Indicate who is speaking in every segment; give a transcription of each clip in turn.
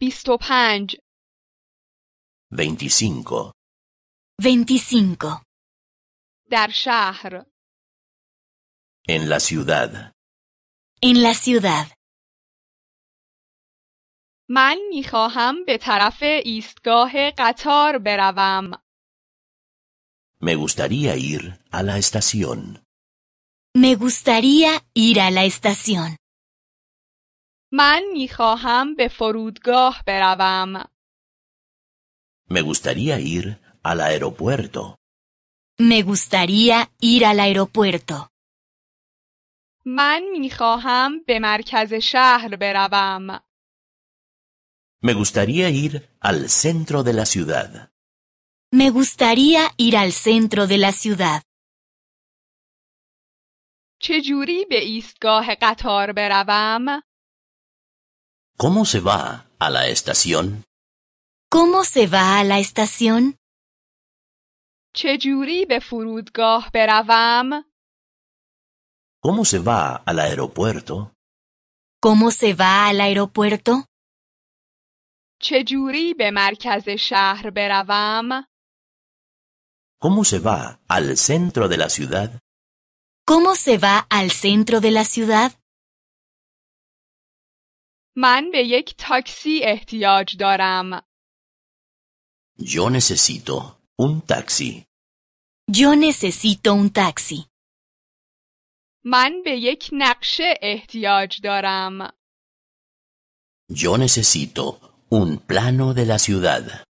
Speaker 1: بیست و پنج
Speaker 2: 25.
Speaker 3: 25.
Speaker 1: در شهر
Speaker 2: En la ciudad.
Speaker 3: En la ciudad.
Speaker 1: من میخواهم به طرف ایستگاه قطار بروم.
Speaker 2: Me gustaría ir a la estación.
Speaker 3: Me gustaría ir a la estación.
Speaker 1: من میخواهم به فرودگاه بروم.
Speaker 2: Me gustaría ir al aeropuerto.
Speaker 3: Me gustaría ir al aeropuerto.
Speaker 1: من میخواهم به مرکز شهر بروم.
Speaker 2: Me gustaría ir al centro de la ciudad.
Speaker 3: Me gustaría ir al centro de la ciudad.
Speaker 1: چجوری به ایستگاه قطار بروم؟
Speaker 2: ¿Cómo se va a la estación?
Speaker 3: ¿Cómo se va a la estación?
Speaker 1: چجوری به فرودگاه بروم؟
Speaker 2: ¿Cómo se va al aeropuerto?
Speaker 3: ¿Cómo se va al aeropuerto?
Speaker 1: چجوری به مرکز شهر بروم؟
Speaker 2: ¿Cómo se va al centro de la ciudad?
Speaker 3: ¿Cómo se va al centro de la ciudad?
Speaker 1: من به یک تاکسی احتیاج دارم.
Speaker 2: Yo necesito un taxi.
Speaker 3: Yo necesito un taxi.
Speaker 1: من به یک نقشه احتیاج دارم.
Speaker 2: Yo necesito un plano de la ciudad.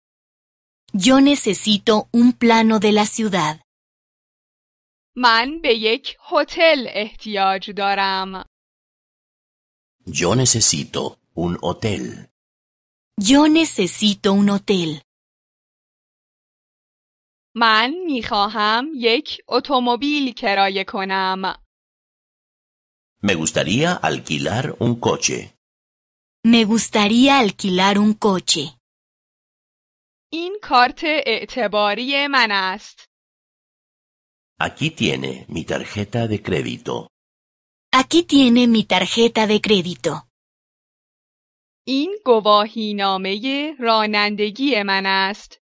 Speaker 3: Yo necesito un plano de la ciudad.
Speaker 1: من به یک هتل احتیاج دارم.
Speaker 2: Yo necesito un hotel.
Speaker 3: Yo necesito un hotel.
Speaker 1: من میخواهم یک اتومبیل کرایه کنم.
Speaker 2: Me gustaría alquilar un coche.
Speaker 3: Me gustaría alquilar un coche.
Speaker 1: این کارت اعتباری من است.
Speaker 2: Aquí tiene mi tarjeta de crédito.
Speaker 3: Aquí tiene mi tarjeta de crédito.
Speaker 1: این گواهینامه رانندگی من است.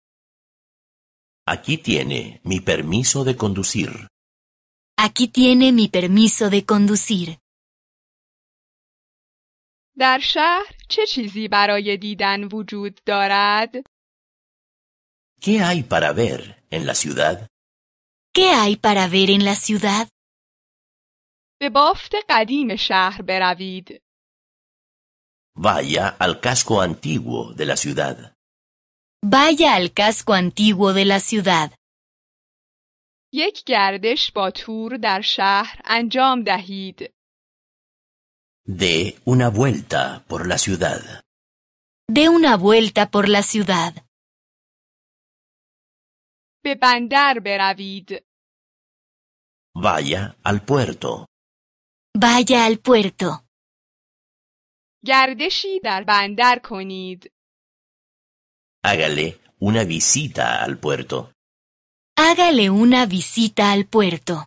Speaker 2: Aquí tiene mi permiso de conducir.
Speaker 3: Aquí tiene mi permiso de conducir.
Speaker 1: در شهر چه چیزی برای دیدن وجود دارد؟
Speaker 2: ¿Qué hay para ver en la ciudad?
Speaker 3: ¿Qué hay para ver en la ciudad?
Speaker 1: به بافت قدیم شهر بروید.
Speaker 2: Vaya al casco antiguo de la ciudad.
Speaker 3: Vaya al casco antiguo de la ciudad.
Speaker 1: یک گردش با تور در شهر انجام دهید.
Speaker 2: Dé una vuelta por la ciudad.
Speaker 3: Dé una vuelta por la ciudad.
Speaker 1: به بندر بروید.
Speaker 2: Vaya al puerto.
Speaker 3: Vaya al puerto.
Speaker 1: گردشی در بندر کنید.
Speaker 2: Hágale una visita al puerto.
Speaker 3: Hágale una visita al puerto.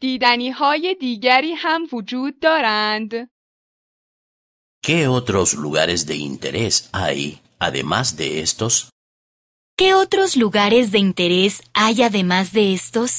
Speaker 1: دیدنی های دیگری هم وجود دارند.
Speaker 2: ¿Qué otros lugares de interés hay además de estos?
Speaker 3: ¿Qué otros lugares de interés hay además de estos?